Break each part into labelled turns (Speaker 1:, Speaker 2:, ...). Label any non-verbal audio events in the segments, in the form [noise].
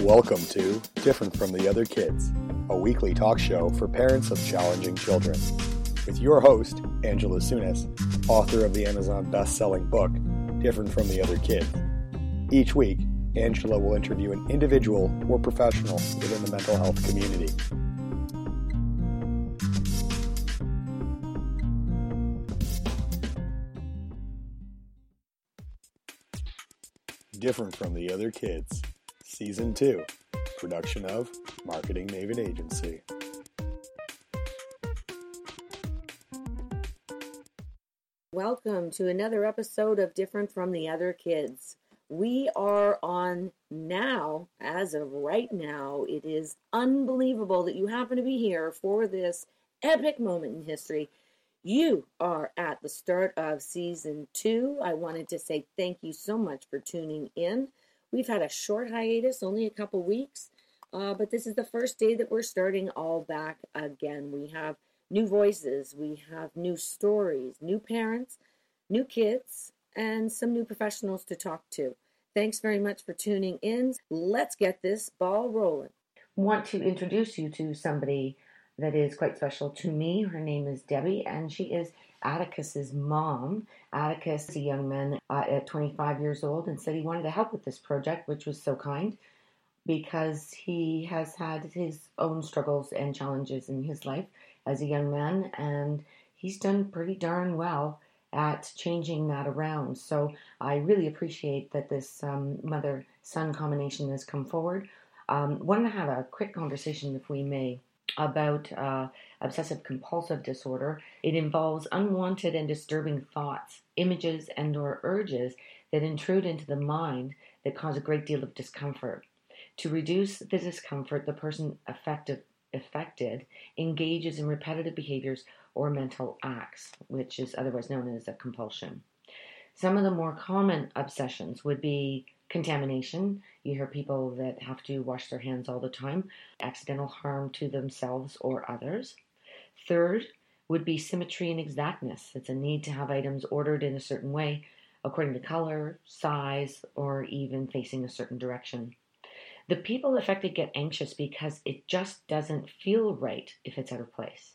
Speaker 1: Welcome to Different from the Other Kids, a weekly talk show for parents of challenging children. With your host, Angela Sunis, author of the Amazon best-selling book, Different from the Other Kids. Each week, Angela will interview an individual or professional within the mental health community. Different from the Other Kids, Season 2, production of Marketing Maven Agency.
Speaker 2: Welcome to another episode of Different from the Other Kids. We are on now, as of right now. It is unbelievable that you happen to be here for this epic moment in history. You are at the start of season two. I wanted to say thank you so much for tuning in. We've had a short hiatus, only a couple weeks, uh, but this is the first day that we're starting all back again. We have new voices, we have new stories, new parents, new kids, and some new professionals to talk to. Thanks very much for tuning in. Let's get this ball rolling.
Speaker 3: want to introduce you to somebody that is quite special to me. Her name is Debbie, and she is Atticus's mom. Atticus, is a young man uh, at 25 years old, and said he wanted to help with this project, which was so kind because he has had his own struggles and challenges in his life as a young man, and he's done pretty darn well at changing that around. So I really appreciate that this um, mother son combination has come forward. Um, wanted to have a quick conversation, if we may, about uh, obsessive compulsive disorder. It involves unwanted and disturbing thoughts, images, and/or urges that intrude into the mind that cause a great deal of discomfort. To reduce the discomfort, the person affected, affected engages in repetitive behaviors or mental acts, which is otherwise known as a compulsion. Some of the more common obsessions would be contamination. You hear people that have to wash their hands all the time, accidental harm to themselves or others. Third would be symmetry and exactness. It's a need to have items ordered in a certain way, according to color, size, or even facing a certain direction. The people affected get anxious because it just doesn't feel right if it's out of place.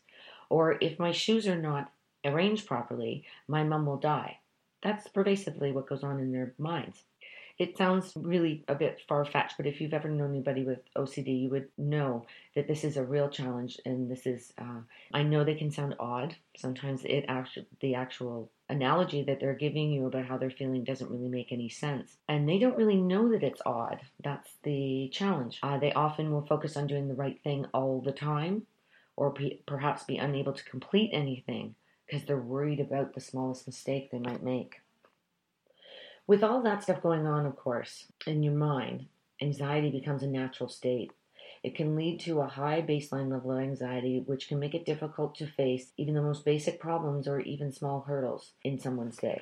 Speaker 3: Or if my shoes are not arranged properly, my mum will die. That's pervasively what goes on in their minds. It sounds really a bit far fetched, but if you've ever known anybody with OCD, you would know that this is a real challenge. And this is, uh, I know they can sound odd. Sometimes it actually, the actual analogy that they're giving you about how they're feeling doesn't really make any sense. And they don't really know that it's odd. That's the challenge. Uh, they often will focus on doing the right thing all the time, or pe- perhaps be unable to complete anything because they're worried about the smallest mistake they might make with all that stuff going on, of course, in your mind, anxiety becomes a natural state. It can lead to a high baseline level of anxiety, which can make it difficult to face even the most basic problems or even small hurdles in someone's day.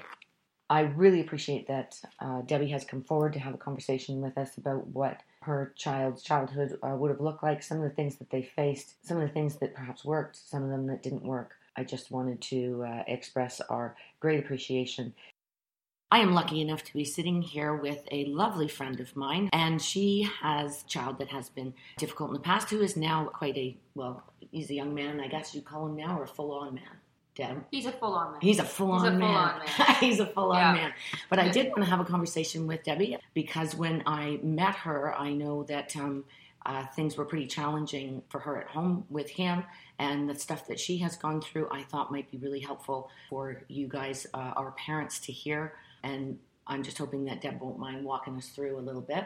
Speaker 3: I really appreciate that uh, Debbie has come forward to have a conversation with us about what her child's childhood uh, would have looked like, some of the things that they faced, some of the things that perhaps worked, some of them that didn't work. I just wanted to uh, express our great appreciation I am lucky enough to be sitting here with a lovely friend of mine, and she has a child that has been difficult in the past, who is now quite a well, he's a young man, I guess you call him now, or a full on man. Deb.
Speaker 4: He's a full on man.
Speaker 3: He's a full
Speaker 4: He's a
Speaker 3: on man.
Speaker 4: full-on man.
Speaker 3: [laughs] he's a full on
Speaker 4: Yeah.
Speaker 3: man. But I did want to have a conversation with Debbie because when I met her, I know that um, uh, things were pretty challenging for her at home with him. And the stuff that she has gone through, I thought might be really helpful for you guys, uh, our parents, to hear. And I'm just hoping that Deb won't mind walking us through a little bit.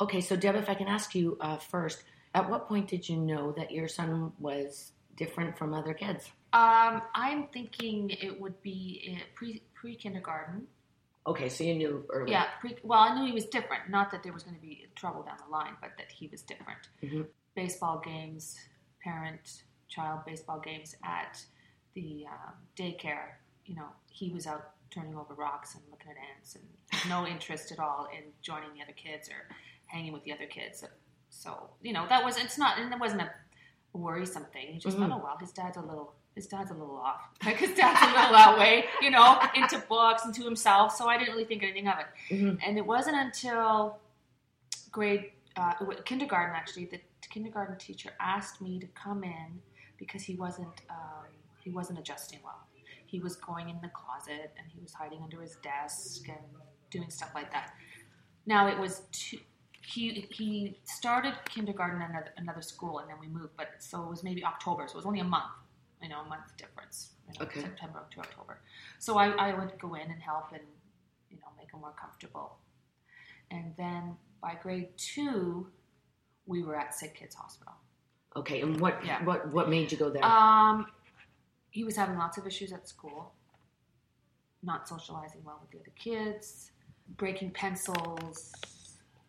Speaker 3: Okay, so Deb, if I can ask you uh, first, at what point did you know that your son was different from other kids?
Speaker 4: um, I'm thinking it would be eh, pre pre kindergarten.
Speaker 3: Okay, so you knew early.
Speaker 4: Yeah, pre. Well, I knew he was different. Not that there was going to be trouble down the line, but that he was different.
Speaker 3: Mhm.
Speaker 4: Baseball games, parent child baseball games at the um, daycare. You know, he was out turning over rocks and looking at ants, and no interest at all in joining the other kids or hanging with the other kids. So you know, that was it's not, and it wasn't a worrisome thing. He just
Speaker 3: Mhm.
Speaker 4: oh well, his dad's a little. His dad's a little off. [laughs] Like his dad's a little that way, you know, into books and to himself. So I didn't really think anything of it.
Speaker 3: Mhm.
Speaker 4: And it wasn't until grade uh, it wa- kindergarten actually. The kindergarten teacher asked me to come in because he wasn't um, he wasn't adjusting well. He was going in the closet and he was hiding under his desk and doing stuff like that. Now it was two. He, he started kindergarten at another, another school and then we moved, but so it was maybe October, so it was only a month, you know, a month difference, you know,
Speaker 3: Okay.
Speaker 4: September to October. So I, I would go in and help and, you know, make him more comfortable. And then by grade two, we were at Sick Kids Hospital.
Speaker 3: Okay, and what
Speaker 4: Yeah.
Speaker 3: what what made you go there?
Speaker 4: Um, he was having lots of issues at school, not socializing well with the other kids, breaking pencils,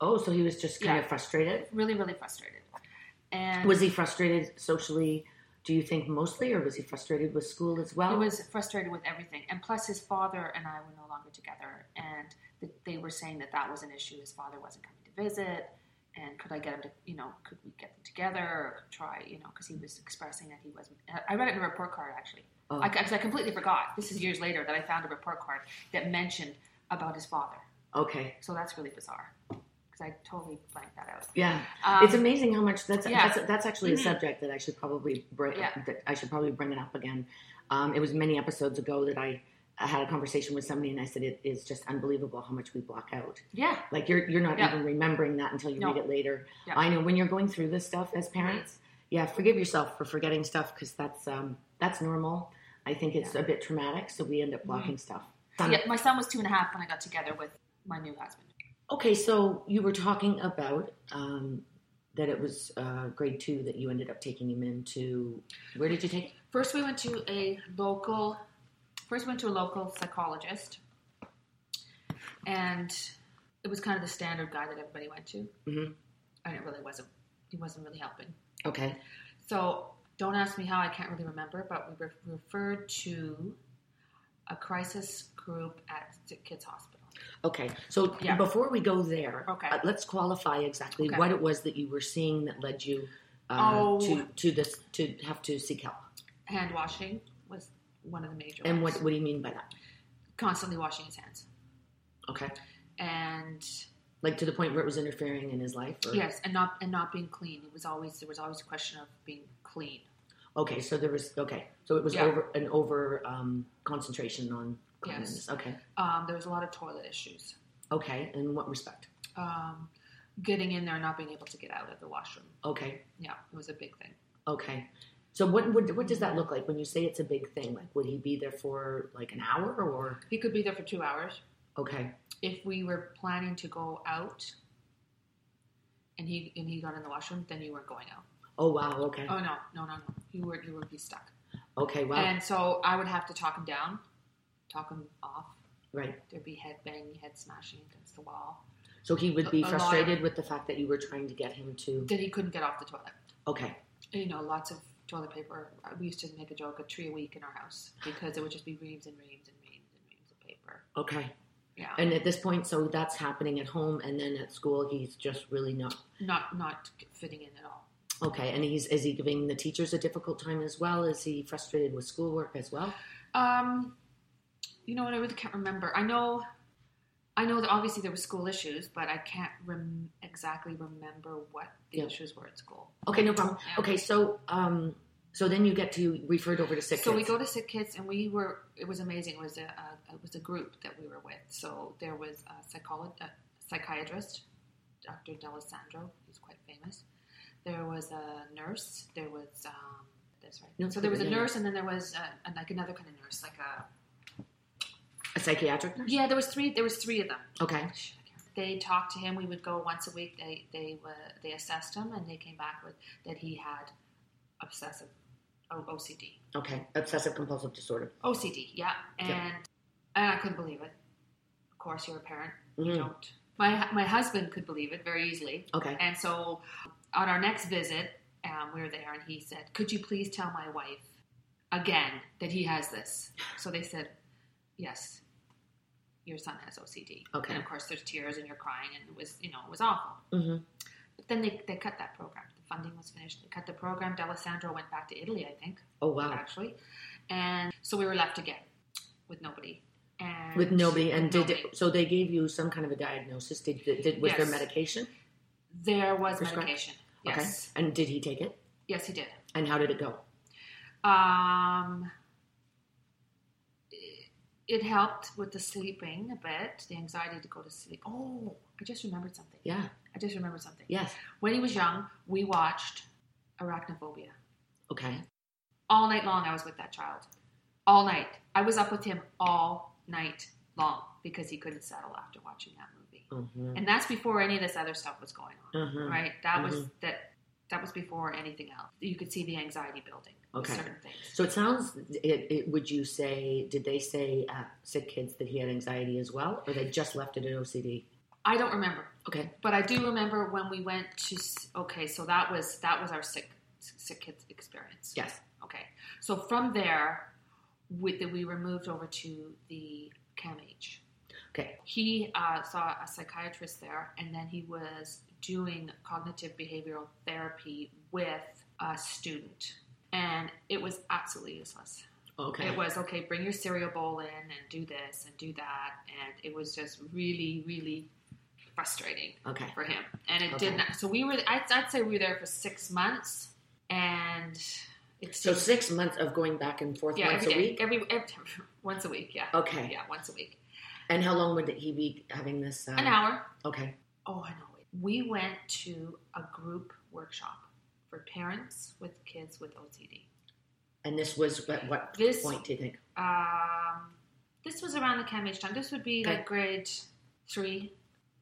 Speaker 3: oh, so he was just kind
Speaker 4: yeah.
Speaker 3: of frustrated.
Speaker 4: really, really frustrated. And
Speaker 3: Was he frustrated socially? Do you think mostly, or was he frustrated with school as well?
Speaker 4: He was frustrated with everything, and plus his father and I were no longer together, and th- they were saying that that was an issue. His father wasn't coming to visit, and could I get him to, you know, could we get them together or try, you know, because he was expressing that he wasn't. I- I read it in a report card actually,
Speaker 3: Oh.
Speaker 4: because I, completely forgot. This is years later that I found a report card that mentioned about his father.
Speaker 3: okay.
Speaker 4: So that's really bizarre, because I totally blanked that out.
Speaker 3: Yeah,
Speaker 4: Um,
Speaker 3: it's amazing how much that's
Speaker 4: yeah.
Speaker 3: that's, that's actually
Speaker 4: Mhm.
Speaker 3: a subject that I should probably bring.
Speaker 4: Yeah.
Speaker 3: That I should probably bring it up again. Um, it was many episodes ago that I, I had a conversation with somebody, and I said it is just unbelievable how much we block out.
Speaker 4: Yeah,
Speaker 3: Like you're you're not
Speaker 4: Yeah.
Speaker 3: even remembering that until you
Speaker 4: No.
Speaker 3: read it later.
Speaker 4: Yeah.
Speaker 3: I know when you're going through this stuff as parents, yeah, forgive yourself for forgetting stuff because that's um, that's normal. I think it's a bit traumatic, so we end
Speaker 4: Mm-hmm.
Speaker 3: up blocking stuff.
Speaker 4: yeah. My son was two and a half when I got together with my new husband.
Speaker 3: Okay, so you were talking about um, that it was uh, grade two that you ended up taking him into. Where did you take? him?
Speaker 4: First, we went to a local. First, went to a local psychologist, and it was kind of the standard guy that everybody went to,
Speaker 3: Mhm.
Speaker 4: and it really wasn't. He wasn't really helping.
Speaker 3: Okay,
Speaker 4: So, don't ask me how. I can't really remember, but we were referred to a crisis group at Sick Kids Hospital.
Speaker 3: okay. So
Speaker 4: Yeah.
Speaker 3: before we go there,
Speaker 4: Okay.
Speaker 3: uh, let's qualify exactly
Speaker 4: Okay.
Speaker 3: what it was that you were seeing that led you uh,
Speaker 4: Oh.
Speaker 3: to to this to have to seek help.
Speaker 4: Hand washing was one of the major.
Speaker 3: And
Speaker 4: ones.
Speaker 3: what what do you mean by that?
Speaker 4: Constantly washing his hands,
Speaker 3: Okay,
Speaker 4: and
Speaker 3: like to the point where it was interfering in his life. Or?
Speaker 4: yes, and not and not being clean. It was always there was always a question of being clean.
Speaker 3: Okay, so there was okay, so it was
Speaker 4: Yeah.
Speaker 3: over an over um, concentration on cleanliness. Okay,
Speaker 4: Um, there was a lot of toilet issues.
Speaker 3: okay. In what respect?
Speaker 4: Um, getting in there and not being able to get out of the washroom.
Speaker 3: Okay.
Speaker 4: Yeah, it was a big thing.
Speaker 3: Okay. So what would what does that look like when you say it's a big thing? Like would he be there for like an hour or
Speaker 4: He could be there for two hours.
Speaker 3: okay.
Speaker 4: If we were planning to go out and he and he got in the washroom, then you weren't going out.
Speaker 3: Oh wow, okay.
Speaker 4: Oh no, no, no, no. You were you would be stuck.
Speaker 3: Okay, wow.
Speaker 4: And so I would have to talk him down, talk him off.
Speaker 3: right.
Speaker 4: There'd be head banging, head smashing against the wall.
Speaker 3: So he would be
Speaker 4: a- a
Speaker 3: frustrated with the fact that you were trying to get him to
Speaker 4: Then he couldn't get off the toilet.
Speaker 3: Okay.
Speaker 4: you know, lots of toilet paper. We used to make a joke, a tree a week in our house, because it would just be reams and reams and reams and reams of paper.
Speaker 3: Okay.
Speaker 4: Yeah,
Speaker 3: And at this point so that's happening at home and then at school he's just really not
Speaker 4: not not fitting in at all.
Speaker 3: okay. And he's is he giving the teachers a difficult time as well? Is he frustrated with schoolwork as well?
Speaker 4: Um, you know what? I really can't remember. I know, I know that obviously there were school issues, but I can't rem- exactly remember what the
Speaker 3: Yeah.
Speaker 4: issues were at school.
Speaker 3: Okay, no problem.
Speaker 4: Yeah.
Speaker 3: Okay, so um so then you get to referred over to sick
Speaker 4: so
Speaker 3: kids.
Speaker 4: we go to sick kids and we were it was amazing it was a, a it was a group that we were with so there was a psychologist a psychiatrist dr delisandro he's quite famous there was a nurse there was um that's right
Speaker 3: No,
Speaker 4: so there was a
Speaker 3: yeah, yeah.
Speaker 4: nurse and then there was a, a, like another kind of nurse like a
Speaker 3: a psychiatric nurse?
Speaker 4: yeah there was three there was three of them
Speaker 3: Okay.
Speaker 4: they talked to him. We would go once a week. They they were they assessed him, and they came back with that he had obsessive O- OCD.
Speaker 3: Okay. Obsessive compulsive disorder.
Speaker 4: OCD, yeah. And
Speaker 3: Yeah.
Speaker 4: and I couldn't believe it. Of course, you're a parent. You
Speaker 3: Mhm.
Speaker 5: Mm-hmm.
Speaker 4: don't. My my husband could believe it very easily.
Speaker 3: Okay.
Speaker 4: And so, on our next visit, um, we were there, and he said, "Could you please tell my wife again that he has this?" So they said, "Yes, your son has OCD."
Speaker 3: Okay.
Speaker 4: And of course, there's tears, and you're crying, and it was you know it was awful.
Speaker 3: Mm-hmm.
Speaker 4: But then they they cut that program. The funding was finished. They cut the program. D'Alessandro went back to Italy, I think
Speaker 3: Oh wow!
Speaker 4: actually. And so we were left again with nobody. And
Speaker 3: With nobody, and
Speaker 4: with
Speaker 3: did
Speaker 4: nobody.
Speaker 3: so they gave you some kind of a diagnosis. Did, did was there
Speaker 4: Yes.
Speaker 3: medication?
Speaker 4: There was
Speaker 5: Prescribed?
Speaker 4: medication. Yes.
Speaker 5: Okay. And did he take it?
Speaker 4: Yes, he did.
Speaker 5: And how did it go?
Speaker 4: Um, it- it helped with the sleeping a bit, the anxiety to go to sleep. Oh, I just remembered something.
Speaker 5: Yeah.
Speaker 4: I just remembered something.
Speaker 5: Yes.
Speaker 4: When he was young, we watched Arachnophobia.
Speaker 5: Okay.
Speaker 4: All night long, I was with that child. All night. I was up with him all night long because he couldn't settle after watching that movie.
Speaker 5: Mm-hmm.
Speaker 4: And that's before any of this other stuff was going on,
Speaker 5: Mm-hmm.
Speaker 4: right? That was that. That was before anything else. You could see the anxiety building with
Speaker 5: Okay.
Speaker 4: certain things.
Speaker 5: So it sounds. It, it, would you say? Did they say at sick kids that he had anxiety as well, or they just left it at OCD?
Speaker 4: I don't remember,
Speaker 5: Okay.
Speaker 4: but I do remember when we went to. s- Okay, so that was that was our sick sick kids experience.
Speaker 5: Yes.
Speaker 4: Okay. So from there, we, that we were moved over to the CAMH.
Speaker 5: Okay.
Speaker 4: He uh, saw a psychiatrist there, and then he was doing cognitive behavioral therapy with a student. And it was absolutely useless.
Speaker 5: Okay.
Speaker 4: It was okay, bring your cereal bowl in and do this and do that. And it was just really, really frustrating
Speaker 5: okay.
Speaker 4: for him. And it
Speaker 5: Okay.
Speaker 4: did not. So we were, I'd, I'd say we were there for six months. And it's
Speaker 5: So six months of going back and forth
Speaker 4: yeah,
Speaker 5: once
Speaker 4: every
Speaker 5: a
Speaker 4: day.
Speaker 5: week.
Speaker 4: Every, every [laughs] once a week, yeah.
Speaker 5: Okay.
Speaker 4: Yeah, once a week.
Speaker 5: And how long would he be having this? Uh,
Speaker 4: An hour.
Speaker 5: Okay.
Speaker 4: Oh, I know. We went to a group workshop for parents with kids with OCD.
Speaker 5: And this was at what
Speaker 4: This-
Speaker 5: point do you think? [laughs]
Speaker 4: Um, this was around the CAMH time. This would be
Speaker 5: Okay.
Speaker 4: like grade three.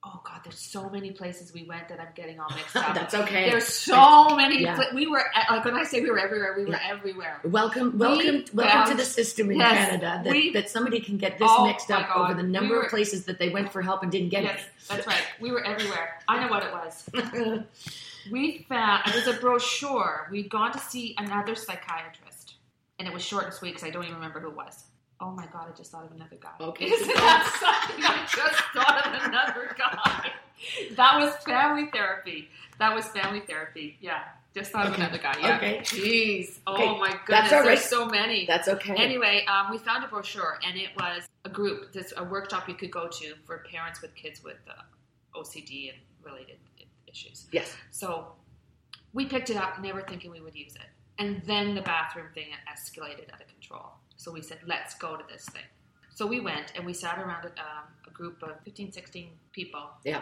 Speaker 4: Oh God, there's so many places we went that I'm getting all
Speaker 5: [laughs]
Speaker 4: mixed up.
Speaker 5: That's okay.
Speaker 4: There's so many.
Speaker 5: Yeah.
Speaker 4: pla- we were at, like when I say we were everywhere, we were everywhere.
Speaker 5: Welcome, welcome, welcome
Speaker 4: found-
Speaker 5: to the system in
Speaker 4: Yes,
Speaker 5: Canada that,
Speaker 4: we-
Speaker 5: that somebody can get this
Speaker 4: Oh
Speaker 5: mixed
Speaker 4: my
Speaker 5: up
Speaker 4: God,
Speaker 5: over the
Speaker 4: we
Speaker 5: number
Speaker 4: were-
Speaker 5: of places that they went for help and didn't get
Speaker 4: Yes, that's right. We were everywhere. I know what it was. [laughs]
Speaker 5: it.
Speaker 4: We found it was a brochure. We'd gone to see another psychiatrist, and it was short and sweet because I don't even remember who it was. Oh my god! I just thought of another guy.
Speaker 5: Okay.
Speaker 4: isn't that something? [laughs] I just thought of another guy. That was family therapy. That was family therapy. Yeah, just thought of
Speaker 5: Okay.
Speaker 4: another guy. Yeah.
Speaker 5: Okay.
Speaker 4: Jeez. Oh
Speaker 5: Okay.
Speaker 4: my goodness.
Speaker 5: That's all right.
Speaker 4: There's so
Speaker 5: [laughs]
Speaker 4: many.
Speaker 5: That's okay.
Speaker 4: Anyway, um, we found a brochure, and it was a group, this a workshop you could go to for parents with kids with uh, OCD and related i- issues.
Speaker 5: yes.
Speaker 4: So we picked it up, never thinking we would use it, and then the bathroom thing escalated out of control. So we said, let's go to this thing. So we went and we sat around um, a group of 15, 16 people
Speaker 5: Yeah.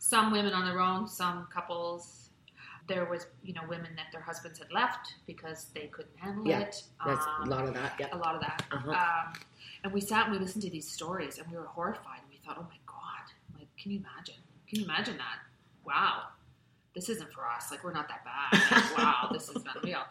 Speaker 4: some women on their own, some couples. There was, you know, women that their husbands had left because they couldn't handle
Speaker 5: Yeah,
Speaker 4: it.
Speaker 5: That's a
Speaker 4: Um,
Speaker 5: lot of that.
Speaker 4: a
Speaker 5: Yeah.
Speaker 4: lot of that.
Speaker 5: Uh-huh.
Speaker 4: Um, and we sat and we listened to these stories, and we were horrified. And we thought, oh my god, like, can you imagine? Can you imagine that? Wow, this isn't for us. Like, we're not that
Speaker 5: [laughs]
Speaker 4: bad. Like, wow, this is unreal.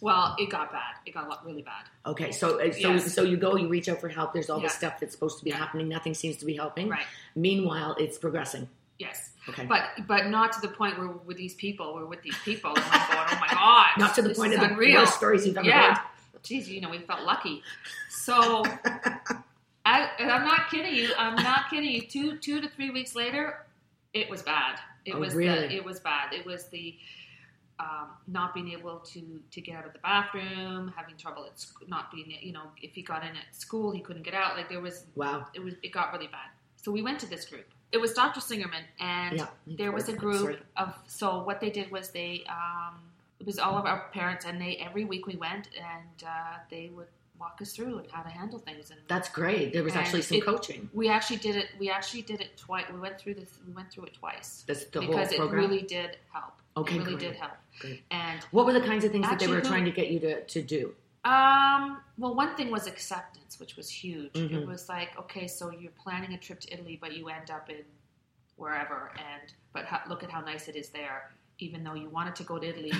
Speaker 4: Well, it got bad. It got a lot really bad.
Speaker 5: Okay. So, uh, so,
Speaker 4: Yes.
Speaker 5: so you go, you reach out for help. There's all this
Speaker 4: Yeah.
Speaker 5: stuff that's supposed to be
Speaker 4: Yeah.
Speaker 5: happening. Nothing seems to be helping.
Speaker 4: Right.
Speaker 5: Meanwhile, it's progressing.
Speaker 4: Yes.
Speaker 5: Okay.
Speaker 4: But but not to the point where we're with these people, we're with these people, and we're going, oh my god,
Speaker 5: Not to the
Speaker 4: this
Speaker 5: point
Speaker 4: is
Speaker 5: of the
Speaker 4: unreal.
Speaker 5: worst stories you've ever
Speaker 4: Yeah. Geez, you know, we felt lucky.
Speaker 5: [laughs]
Speaker 4: So, I, and I'm not kidding you. I'm not kidding you. Two, two to three weeks later, it was bad. It
Speaker 5: Oh,
Speaker 4: was
Speaker 5: really?
Speaker 4: the, it was bad. It was the um, not being able to to get out of the bathroom, having trouble at sc- not being, you know, if he got in at school, he couldn't get out. Like there was
Speaker 5: heard. Wow.
Speaker 4: it was it got really bad. So we went to this group. It was Dr. Singerman, and
Speaker 5: Yeah.
Speaker 4: there was a
Speaker 5: Sorry.
Speaker 4: group of. So what they did was they um, it was all of our parents, and they every week we went, and uh, they would walk us through and how to handle things. And
Speaker 5: That's great. There was
Speaker 4: And
Speaker 5: actually some
Speaker 4: it-
Speaker 5: coaching.
Speaker 4: we actually did it. We actually did it twice. We went through this. We went through it twice
Speaker 5: That's the whole
Speaker 4: because it
Speaker 5: program.
Speaker 4: really did help.
Speaker 5: Okay,
Speaker 4: it really
Speaker 5: great.
Speaker 4: did help.
Speaker 5: Great.
Speaker 4: And
Speaker 5: what were the kinds of things that they
Speaker 4: Actually,
Speaker 5: were
Speaker 4: who-
Speaker 5: trying to get you to, to do?
Speaker 4: Um, well, one thing was acceptance, which was huge.
Speaker 5: Mhm.
Speaker 4: It was like, okay, so you're planning a trip to Italy, but you end up in wherever, and but ho- look at how nice it is there. Even though you wanted to go to Italy,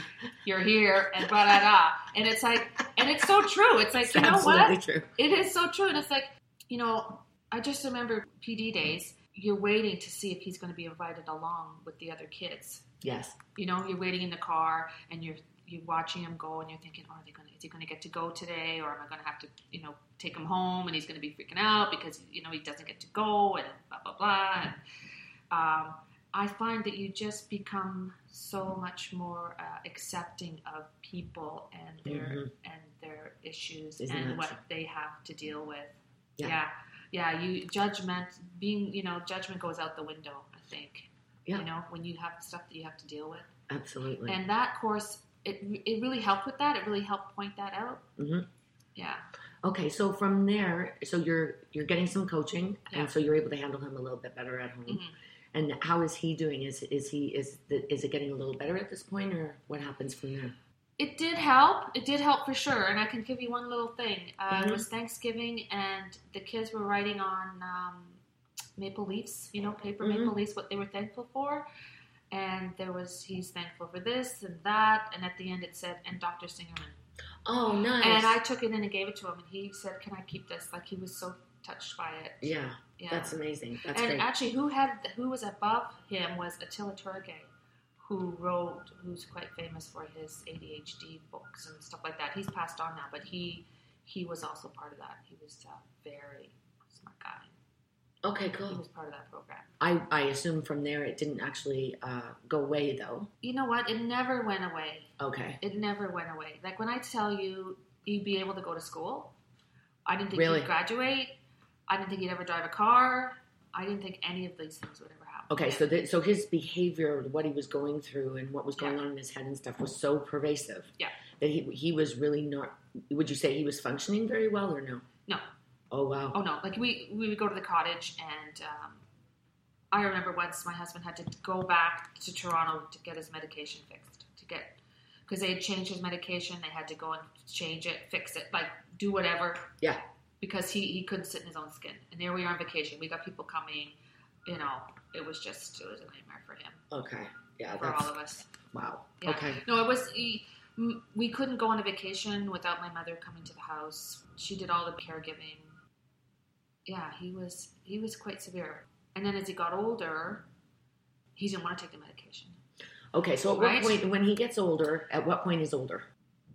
Speaker 4: you're here, and blah blah blah. And it's like, and it's so true. It's like,
Speaker 5: It's
Speaker 4: you know what?
Speaker 5: absolutely true.
Speaker 4: It is so true. And it's like, you know, I just remember PD days. You're waiting to see if he's going to be invited along with the other kids.
Speaker 5: Yes.
Speaker 4: You know, you're waiting in the car and you're you're watching him go and you're thinking, oh, are they gonna is he gonna get to go today or am I gonna have to you know take him home and he's gonna be freaking out because you know he doesn't get to go and blah blah blah. And, um, I find that you just become so much more uh, accepting of people and their
Speaker 5: Mhm.
Speaker 4: and their issues
Speaker 5: Isn't that
Speaker 4: and what
Speaker 5: true?
Speaker 4: they have to deal with.
Speaker 5: Yeah.
Speaker 4: yeah, yeah. You judgment being you know judgment goes out the window. I think
Speaker 3: Yeah.
Speaker 4: You know, when you have stuff that you have to deal with.
Speaker 3: Absolutely.
Speaker 4: And that course, it, it really helped with that. It really helped point that out.
Speaker 3: Mhm.
Speaker 4: Yeah.
Speaker 3: okay, so from there, so you're you're getting some coaching,
Speaker 4: Yeah.
Speaker 3: and so you're able to handle him a little bit better at home.
Speaker 4: Mhm.
Speaker 3: And how is he doing? Is is he is the, is it getting a little better at this point, or what happens from there?
Speaker 4: It did help. It did help for sure. And I can give you one little thing. Uh,
Speaker 3: Mhm.
Speaker 4: It was Thanksgiving, and the kids were writing on um, maple leaves, you know, paper
Speaker 3: Mhm.
Speaker 4: maple leaves, what they were thankful for. And there was, he's thankful for this and that. And at the end, it said, and Dr. Singerman.
Speaker 3: Oh, nice.
Speaker 4: And I took it in and gave it to him, and he said, "Can I keep this?" Like he was so touched by it.
Speaker 3: yeah,
Speaker 4: Yeah.
Speaker 3: that's amazing. That's
Speaker 4: and
Speaker 3: great.
Speaker 4: actually, who had who was above him was Attila Turgay, who wrote, who's quite famous for his ADHD books and stuff like that. He's passed on now, but he he was also part of that. He was a very smart guy.
Speaker 3: okay,
Speaker 4: He
Speaker 3: cool.
Speaker 4: was part of that program.
Speaker 3: I I assume from there it didn't actually uh, go away though.
Speaker 4: You know what? It never went away.
Speaker 3: Okay.
Speaker 4: It never went away. Like when I tell you, you'd be able to go to school. I didn't think
Speaker 3: Really?
Speaker 4: you'd graduate. I didn't think you'd ever drive a car. I didn't think any of these things would ever happen.
Speaker 3: Okay, so th- so his behavior, what he was going through, and what was going
Speaker 4: Yeah.
Speaker 3: on in his head and stuff was so pervasive.
Speaker 4: Yeah.
Speaker 3: That he he was really not. Would you say he was functioning very well or no?
Speaker 4: No.
Speaker 3: Oh wow.
Speaker 4: oh no, like we we would go to the cottage, and um, I remember once my husband had to go back to Toronto to get his medication fixed to get because they had changed his medication. They had to go and change it, fix it, like do whatever.
Speaker 3: Yeah.
Speaker 4: Because he, he couldn't sit in his own skin. And here we are on vacation. We got people coming, you know, it was just, it was a nightmare for him,
Speaker 3: Okay. Yeah.
Speaker 4: Oh. for
Speaker 3: That's
Speaker 4: all of us.
Speaker 3: wow.
Speaker 4: Yeah.
Speaker 3: Okay.
Speaker 4: No, it was. e- m- We couldn't go on a vacation without my mother coming to the house. She did all the caregiving. Yeah, he was he was quite severe. And then as he got older, he didn't want to take the medication.
Speaker 3: Okay. So at
Speaker 4: Right.
Speaker 3: what point when he gets older? At what point is older?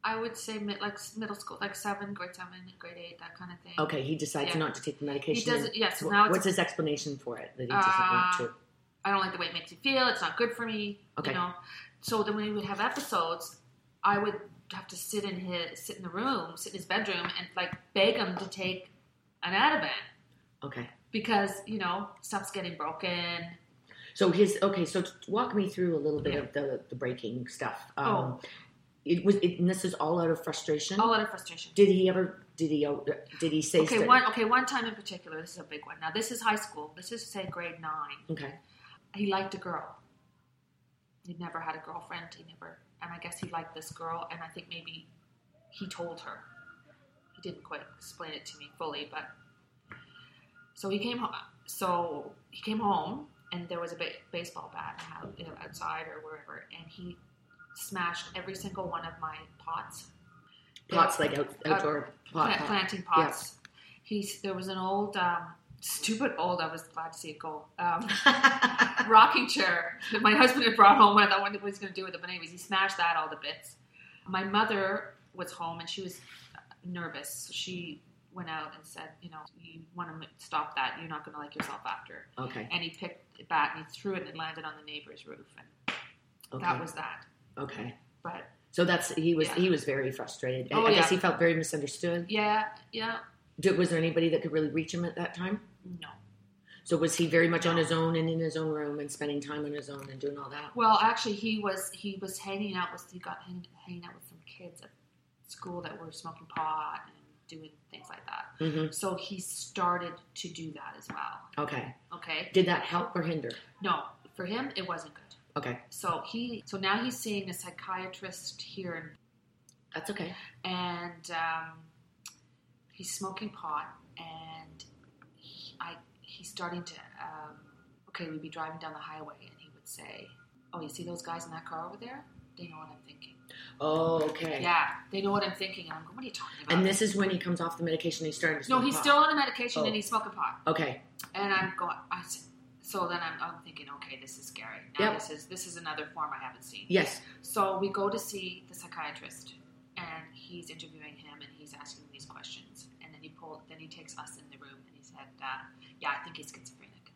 Speaker 4: I would say mid, like s- middle school, like seven, grade seven, grade eight, that kind of thing.
Speaker 3: Okay. He decides
Speaker 4: Yeah.
Speaker 3: not to take the medication.
Speaker 4: He doesn't. Yeah. So
Speaker 3: Wh-
Speaker 4: now
Speaker 3: What's
Speaker 4: it's.
Speaker 3: his explanation for it that he doesn't want
Speaker 4: Uh,
Speaker 3: to?
Speaker 4: I don't like the way it makes you feel. It's not good for me.
Speaker 3: Okay.
Speaker 4: You know. So then when we would have episodes, I would have to sit in his sit in the room, sit in his bedroom, and like beg him to take an Ativan.
Speaker 3: Okay.
Speaker 4: because you know stuff's getting broken.
Speaker 3: So his okay. So t- walk me through a little bit
Speaker 4: Yeah.
Speaker 3: of the the breaking stuff. Um,
Speaker 4: Oh.
Speaker 3: It was. It, and this is all out of frustration.
Speaker 4: All out of frustration.
Speaker 3: Did he ever? Did he? out- Did he say?
Speaker 4: Oh. Okay,
Speaker 3: stu-
Speaker 4: one okay one time in particular. This is a big one. Now this is high school. This is say grade nine.
Speaker 3: Okay.
Speaker 4: He liked a girl. He'd never had a girlfriend. He never, and I guess he liked this girl. And I think maybe he told her. He didn't quite explain it to me fully, but so he came home. So he came home, and there was a ba- baseball bat out- you know, outside or wherever, and he smashed every single one of my pots.
Speaker 3: Pots like out, outdoor pot.
Speaker 4: Uh, plant,
Speaker 3: pot.
Speaker 4: planting pots. He's there was an old, um, stupid old. I was glad to see it go. Um, rocking chair that my husband had brought home. I thought what he was going to do with it, but anyways, he smashed that all to bits. My mother was home and she was uh, nervous. So she went out and said, "You know, you want to stop that. You're not going to like yourself after."
Speaker 3: Okay.
Speaker 4: And he picked it back and he threw it and it landed on the neighbor's roof, and
Speaker 3: Okay.
Speaker 4: [laughs] that was that.
Speaker 3: okay.
Speaker 4: But
Speaker 3: So that's he was
Speaker 4: Yeah.
Speaker 3: he was very frustrated. I-
Speaker 4: Oh,
Speaker 3: I guess
Speaker 4: yeah.
Speaker 3: he felt very misunderstood.
Speaker 4: yeah, yeah,
Speaker 3: Did, was there anybody that could really reach him at that time?
Speaker 4: no.
Speaker 3: So was he very much on
Speaker 4: No.
Speaker 3: his own and in his own room and spending time on his own and doing all that?
Speaker 4: Well, actually, he was he was hanging out with he got hang, hanging out with some kids at school that were smoking pot and doing things like that.
Speaker 3: hmm
Speaker 4: So he started to do that as well.
Speaker 3: Okay.
Speaker 4: Okay,
Speaker 3: Did that help or hinder?
Speaker 4: no, for him it wasn't good.
Speaker 3: Okay.
Speaker 4: So he so now he's seeing a psychiatrist here,
Speaker 3: That's okay.
Speaker 4: and um, he's smoking pot, and he, I he's starting to um, okay. We'd be driving down the highway, and he would say, "Oh, you see those guys in that car over there? They know what I'm thinking."
Speaker 3: Oh, okay.
Speaker 4: Yeah, they know what I'm thinking, and I'm going, "What are you talking about?"
Speaker 3: And this is when he comes off the medication. He's starting to.
Speaker 4: no,
Speaker 3: smoke
Speaker 4: he's
Speaker 3: pot.
Speaker 4: still on the medication
Speaker 3: Oh.
Speaker 4: and he's smoking pot,
Speaker 3: Okay.
Speaker 4: and I'm going. I, s- so then I'm, I'm thinking, okay, this is scary. Now
Speaker 3: Yep.
Speaker 4: this is this is another form I haven't seen.
Speaker 3: Yes.
Speaker 4: So we go to see the psychiatrist, and he's interviewing him, and he's asking these questions, and then he pulled, then he takes us in the room, and he said, uh, "Yeah, I think he's schizophrenic."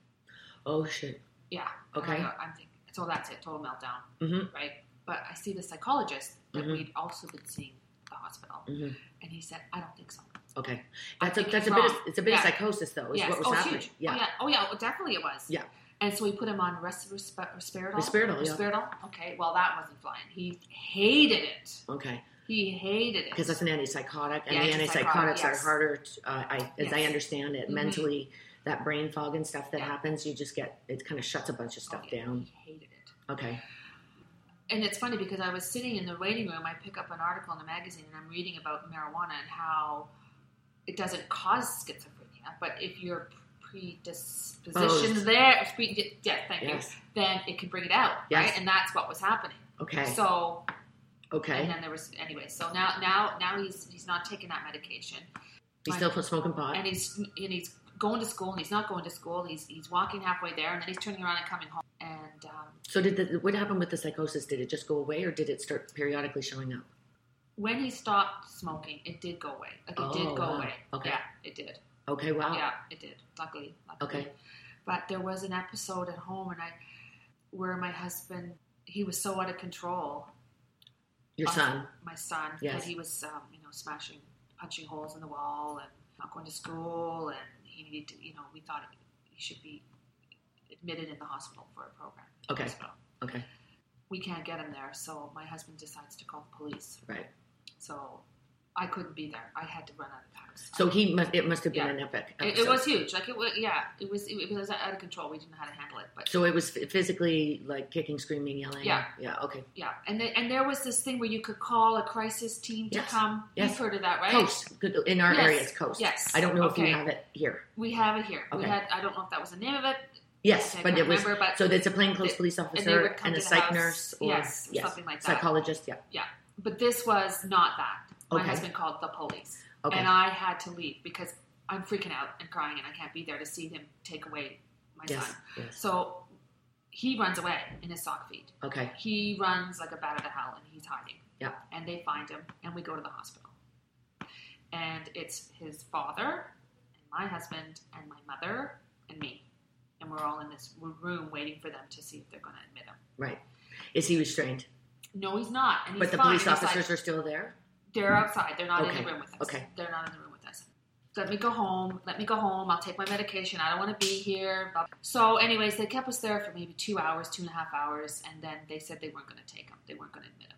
Speaker 3: Oh shit.
Speaker 4: Yeah. Uh-huh. And
Speaker 3: Okay.
Speaker 4: I go- I'm thinking. So that's it. Total meltdown.
Speaker 3: Mhm.
Speaker 4: Right. But I see the psychologist that
Speaker 3: Mhm.
Speaker 4: we'd also been seeing at the hospital,
Speaker 3: Mhm.
Speaker 4: and he said, "I don't think so."
Speaker 3: Okay.
Speaker 4: I
Speaker 3: That's a
Speaker 4: think
Speaker 3: that's a
Speaker 4: he's
Speaker 3: bit. Of,
Speaker 4: wrong.
Speaker 3: it's a bit of
Speaker 4: Yeah.
Speaker 3: psychosis though. Is what was
Speaker 4: oh, it's
Speaker 3: happening.
Speaker 4: Huge. Oh, yeah. Oh, yeah. Well, definitely it was.
Speaker 3: Yeah.
Speaker 4: And so we put him on res- resp- risperidone.
Speaker 3: Risperidone, yeah.
Speaker 4: Risperidone. Okay. Well, that wasn't flying. He hated it.
Speaker 3: Okay,
Speaker 4: He hated it.
Speaker 3: because that's an antipsychotic, and
Speaker 4: Yeah,
Speaker 3: the
Speaker 4: antipsychotic,
Speaker 3: antipsychotics are
Speaker 4: yes.
Speaker 3: harder. To, uh, I, as I
Speaker 4: Yes.
Speaker 3: understand it,
Speaker 4: Mhm.
Speaker 3: mentally, that brain fog and stuff that
Speaker 4: Yeah.
Speaker 3: happens, you just get it kind of shuts a bunch of stuff
Speaker 4: Okay,
Speaker 3: down.
Speaker 4: Oh, He hated it.
Speaker 3: Okay,
Speaker 4: and it's funny because I was sitting in the waiting room. I pick up an article in a magazine and I'm reading about marijuana and how it doesn't cause schizophrenia, but if your predisposition's
Speaker 3: Both.
Speaker 4: there, pre- yeah, thank
Speaker 3: Yes.
Speaker 4: you, then it can bring it out,
Speaker 3: Yes.
Speaker 4: right? And that's what was happening.
Speaker 3: okay,
Speaker 4: So, and
Speaker 3: okay.
Speaker 4: then there was anyway. So now, now, now he's he's not taking that medication,
Speaker 3: You still put smoking pot.
Speaker 4: and he's and he's going to school and he's not going to school. He's he's walking halfway there, and then he's turning around and coming home. And um,
Speaker 3: So did the, what happened with the psychosis? Did it just go away, or did it start periodically showing up?
Speaker 4: when he stopped smoking, it did go away. Like it
Speaker 3: Oh,
Speaker 4: did go
Speaker 3: wow.
Speaker 4: away.
Speaker 3: Okay.
Speaker 4: Yeah, it did.
Speaker 3: Okay, wow.
Speaker 4: Yeah, it did. Luckily, luckily.
Speaker 3: Okay.
Speaker 4: But there was an episode at home, and I, where my husband, he was so out of control.
Speaker 3: Your
Speaker 4: of
Speaker 3: son.
Speaker 4: My son.
Speaker 3: Yes.
Speaker 4: That he was, um, you know, smashing, punching holes in the wall, and not going to school, and he needed to, you know, we thought he should be admitted in the hospital for a program.
Speaker 3: Okay.
Speaker 4: Hospital.
Speaker 3: Okay,
Speaker 4: We can't get him there, so my husband decides to call the police.
Speaker 3: right.
Speaker 4: So I couldn't be there. I had to run out of the house.
Speaker 3: So he must. It must have been
Speaker 4: Yeah.
Speaker 3: an epic.
Speaker 4: It, it
Speaker 3: episode.
Speaker 4: was huge. Like it was, yeah. It was. It was out of control. We didn't know how to handle it. But
Speaker 3: So it was ph- physically like kicking, screaming, yelling.
Speaker 4: Yeah.
Speaker 3: Yeah. Okay.
Speaker 4: yeah, and then, and there was this thing where you could call a crisis team to
Speaker 3: Yes.
Speaker 4: come.
Speaker 3: Yes.
Speaker 4: You've heard of that, right?
Speaker 3: Coast. Good. In our
Speaker 4: Yes.
Speaker 3: area, it's coast.
Speaker 4: Yes.
Speaker 3: I don't know if
Speaker 4: Okay.
Speaker 3: you have it here.
Speaker 4: We have it here.
Speaker 3: Okay.
Speaker 4: We had. I don't know if that was the name of it.
Speaker 3: Yes,
Speaker 4: I
Speaker 3: but
Speaker 4: can't
Speaker 3: it was.
Speaker 4: remember, but-
Speaker 3: so it's a plainclothes
Speaker 4: They-
Speaker 3: police
Speaker 4: and they
Speaker 3: officer
Speaker 4: would come
Speaker 3: and a
Speaker 4: to the
Speaker 3: psych
Speaker 4: house.
Speaker 3: nurse or
Speaker 4: Yes, something like that.
Speaker 3: psychologist. Yeah.
Speaker 4: But this was not that. My
Speaker 3: Okay.
Speaker 4: husband called the police,
Speaker 3: Okay.
Speaker 4: and I had to leave because I'm freaking out and crying, and I can't be there to see him take away my
Speaker 3: yes.
Speaker 4: son.
Speaker 3: Yes.
Speaker 4: So he runs away in his sock feet.
Speaker 3: Okay.
Speaker 4: He runs like a bat out of hell and he's hiding.
Speaker 3: Yeah.
Speaker 4: And they find him and we go to the hospital. And it's his father and my husband and my mother and me. And we're all in this room waiting for them to see if they're going to admit him.
Speaker 3: Right. Is he restrained?
Speaker 4: No, he's not. And he's
Speaker 3: but the
Speaker 4: fine.
Speaker 3: police
Speaker 4: And he's
Speaker 3: officers
Speaker 4: like,
Speaker 3: are still there.
Speaker 4: they're outside. They're not in
Speaker 3: Okay.
Speaker 4: the room with us.
Speaker 3: Okay.
Speaker 4: They're not in the room with us. Let me go home. Let me go home. I'll take my medication. I don't want to be here. Blah- So, anyways, they kept us there for maybe two hours, two and a half hours, and then they said they weren't going to take him. They weren't going to admit him.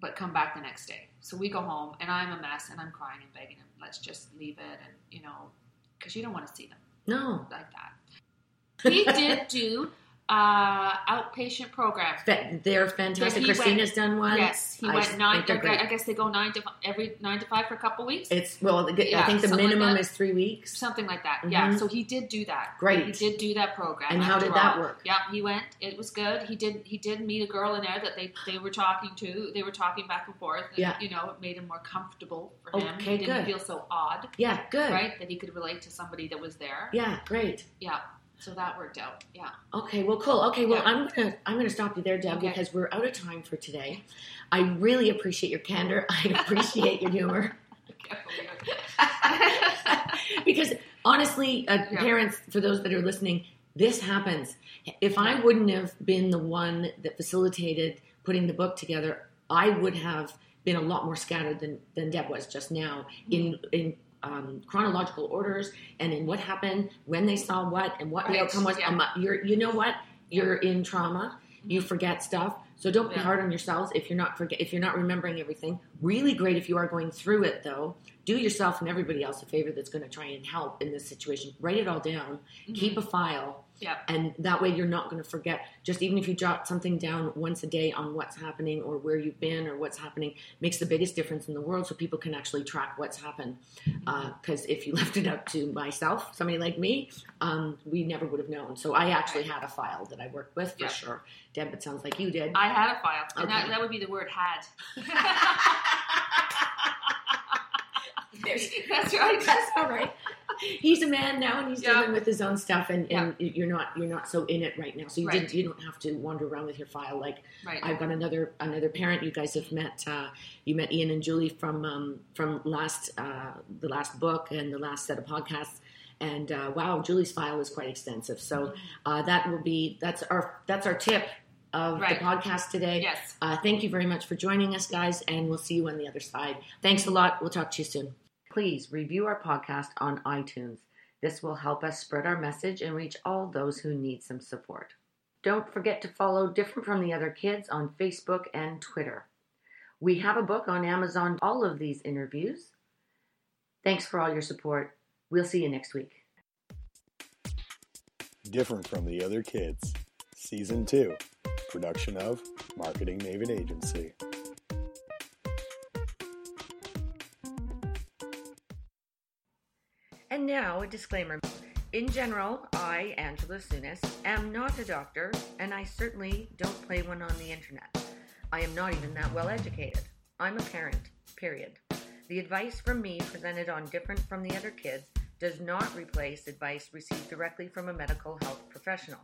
Speaker 4: But come back the next day. So we go home, and I'm a mess, and I'm crying and begging him, let's just leave it, and you know, because you don't want to see them
Speaker 3: No.
Speaker 4: like that.
Speaker 3: [laughs]
Speaker 4: He did do uh, outpatient program.
Speaker 3: Fa- They're fantastic.
Speaker 4: he went-
Speaker 3: Christina's done one.
Speaker 4: Yes, he
Speaker 3: I
Speaker 4: went
Speaker 3: think
Speaker 4: nine.
Speaker 3: they're great.
Speaker 4: I guess they go nine to fi- every nine to five for a couple weeks,
Speaker 3: It's well. the- I
Speaker 4: Yeah,
Speaker 3: think the
Speaker 4: something like
Speaker 3: minimum
Speaker 4: that.
Speaker 3: is three weeks.
Speaker 4: something like that. Yeah.
Speaker 3: Mhm.
Speaker 4: So he did do that.
Speaker 3: Great.
Speaker 4: He did do that program.
Speaker 3: And how
Speaker 4: after
Speaker 3: did that
Speaker 4: all.
Speaker 3: work?
Speaker 4: Yep. He went. It was good. He did. He did meet a girl in there that they they were talking to. They were talking back and forth. And,
Speaker 3: Yeah.
Speaker 4: You know, it made him more comfortable for him.
Speaker 3: Okay,
Speaker 4: He didn't
Speaker 3: good.
Speaker 4: feel so odd,
Speaker 3: Yeah. Good.
Speaker 4: right? That he could relate to somebody that was there.
Speaker 3: Yeah. Great.
Speaker 4: Yeah. So that worked out. Yeah.
Speaker 3: Okay, well, cool. Okay, well,
Speaker 4: Yeah.
Speaker 3: I'm gonna I'm gonna stop you there, Deb,
Speaker 4: Okay.
Speaker 3: because we're out of time for today. I really appreciate your candor. [laughs] I appreciate your humor,
Speaker 4: I can't [laughs] believe
Speaker 3: [laughs]
Speaker 4: it.
Speaker 3: because honestly, uh,
Speaker 4: Yeah.
Speaker 3: parents, for those that are listening, this happens. If I wouldn't have been the one that facilitated putting the book together, I would have been a lot more scattered than than Deb was just now
Speaker 4: Mm-hmm.
Speaker 3: in in. Um, chronological orders and in what happened, when they saw what, and what the
Speaker 4: Right,
Speaker 3: outcome was.
Speaker 4: yeah.
Speaker 3: Um, you're, you know what? You're in trauma. you forget stuff so don't be
Speaker 4: Yeah.
Speaker 3: hard on yourselves if you're not forget if you're not remembering everything really great if you are going through it though do yourself and everybody else a favor that's going to try and help in this situation write it all down [laughs] keep a file
Speaker 4: Mm-hmm. Yeah.
Speaker 3: and that way you're not going to forget just even if you jot something down once a day on what's happening or where you've been or what's happening makes the biggest difference in the world so people can actually track what's happened because if you [laughs] left it up to myself somebody like me um, we never would have known so i actually had a file that i worked with for
Speaker 4: Yeah.
Speaker 3: sure deb it sounds like you did
Speaker 4: Mm-hmm. I had a file, and that,
Speaker 3: Okay.
Speaker 4: that would be the word
Speaker 3: [laughs]
Speaker 4: had. [laughs] That's right.
Speaker 3: That's all right. [laughs] He's a man now, and he's
Speaker 4: Yeah.
Speaker 3: dealing with his own stuff, and, and you're not you're not so in it right now. So you
Speaker 4: Right.
Speaker 3: didn't you don't have to wander around with your file like
Speaker 4: Right.
Speaker 3: I've got another another parent. You guys have met. Uh, you met Ian and Julie from um, from last uh, the last book and the last set of podcasts. And uh, wow, Julie's file is quite extensive. So
Speaker 4: Mm-hmm.
Speaker 3: uh, that will be that's our that's our tip of
Speaker 4: Right.
Speaker 3: the podcast today.
Speaker 4: yes.
Speaker 3: Uh, thank you very much for joining us, guys, and we'll see you on the other side. Thanks a lot. We'll talk to you soon. Please review our podcast on iTunes. This will help us spread our message and reach all those who need some support. Don't forget to follow Different from the Other Kids on Facebook and Twitter. We have a book on Amazon, all of these interviews. Thanks for all your support. We'll see you next week.
Speaker 1: Different from the Other Kids, Season 2, production of Marketing Maven Agency.
Speaker 3: And now a disclaimer. In general, I, Angela Sunis, am not a doctor, and I certainly don't play one on the internet. I am not even that well educated. I'm a parent, period. The advice from me presented on Different from the Other Kids does not replace advice received directly from a medical health professional.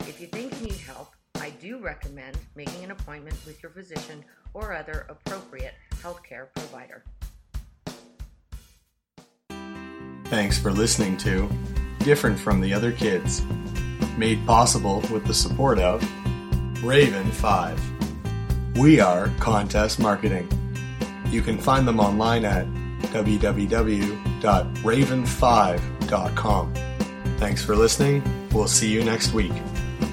Speaker 3: If you think you need help, I do recommend making an appointment with your physician or other appropriate healthcare provider.
Speaker 1: Thanks for listening to Different from the Other Kids, made possible with the support of Raven 5. We are Contest Marketing. You can find them online at www.raven5.com. Thanks for listening. We'll see you next week.